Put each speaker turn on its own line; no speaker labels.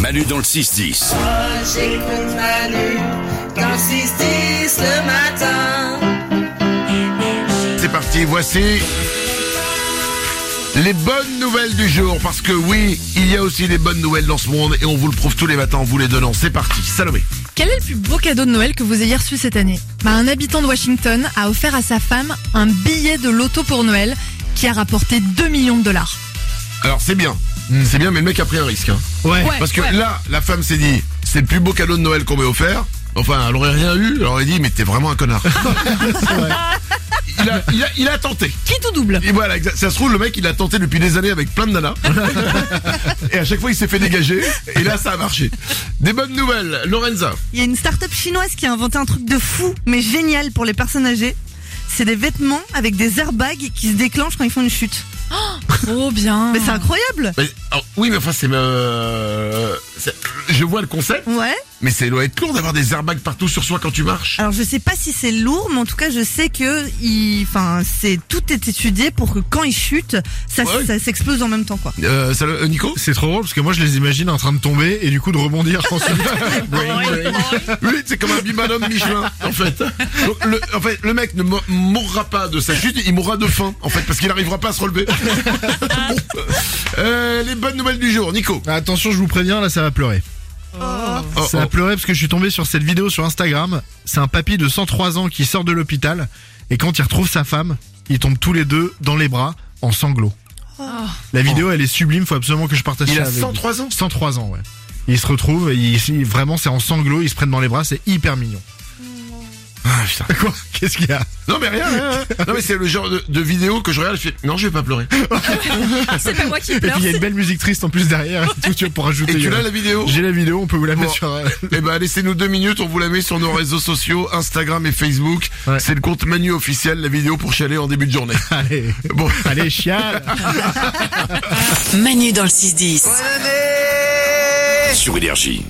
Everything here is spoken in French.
Manu dans le 6-10.
Oh, j'écoute Manu dans le 6-10 le matin.
C'est parti, voici les bonnes nouvelles du jour. Parce que oui, il y a aussi des bonnes nouvelles dans ce monde et on vous le prouve tous les matins en vous les donnant. C'est parti, Salomé.
Quel est le plus beau cadeau de Noël que vous ayez reçu cette année Bah, Un habitant de Washington a offert à sa femme un billet de loto pour Noël qui a rapporté 2 millions de dollars.
Alors c'est bien, c'est bien, mais le mec a pris un risque. hein.
Ouais.
Hmm. Ouais,
Parce que
ouais.
là, la femme s'est dit, c'est le plus beau cadeau de Noël qu'on m'ait offert. Enfin, elle aurait rien eu, elle aurait dit, mais t'es vraiment un connard. il, a, il, a, il a tenté.
Qui tout double
Et voilà, exact. ça se trouve, le mec, il a tenté depuis des années avec plein de nanas. et à chaque fois, il s'est fait dégager. Et là, ça a marché. Des bonnes nouvelles, Lorenza.
Il y a une start-up chinoise qui a inventé un truc de fou, mais génial pour les personnes âgées. C'est des vêtements avec des airbags qui se déclenchent quand ils font une chute.
Trop bien
Mais c'est incroyable
Mais, alors, oui, mais enfin, c'est... euh, c'est- je vois le concept,
Ouais.
mais c'est doit être lourd d'avoir des airbags partout sur soi quand tu marches.
Alors je sais pas si c'est lourd, mais en tout cas je sais que il, enfin c'est tout est étudié pour que quand ils chutent, ça, s-
Ouais.
ça s'explose en même temps quoi.
Euh, salut, euh, Nico
C'est trop drôle parce que moi je les imagine en train de tomber et du coup de rebondir, je pense.
Oui, c'est comme un bimalhomme Michelin, en fait. Donc, le, en fait, le mec ne mo- mourra pas de sa chute, il mourra de faim, en fait, parce qu'il n'arrivera pas à se relever. Ah. Euh, les bonnes nouvelles du jour, Nico.
Ah, Attention, je vous préviens, là ça va pleurer.
Oh,
Ça
oh.
a pleuré parce que je suis tombé sur cette vidéo sur Instagram. C'est un papy de 103 ans qui sort de l'hôpital et quand il retrouve sa femme, ils tombent tous les deux dans les bras en sanglots. La vidéo elle est sublime, faut absolument que je partage
Oh. Il
ça
a
avec vous.
103 ans
103 ans, ouais. Ils se retrouvent, et ils- vraiment c'est en sanglots, ils se prennent dans les bras, c'est hyper mignon.
Ah, putain.
Quoi Qu'est-ce qu'il y a
Non mais rien, rien, rien. Non mais c'est le genre de, de vidéo que je regarde, je fais non je vais pas pleurer.
C'est pas moi qui
Et puis
pleure,
il y a une belle musique triste en plus derrière et tout, tu vois, pour
Et
rajouter.
tu
euh,
l'as la vidéo
J'ai la vidéo, on peut vous la mettre
Bon.
sur. euh,
Eh ben laissez-nous deux minutes, on vous la met sur nos réseaux sociaux, Instagram et Facebook.
Ouais.
C'est le compte Manu officiel, la vidéo pour chialer en début de journée.
Allez,
Bon.
allez, chial
Manu dans le 6-10.
Sur Énergie.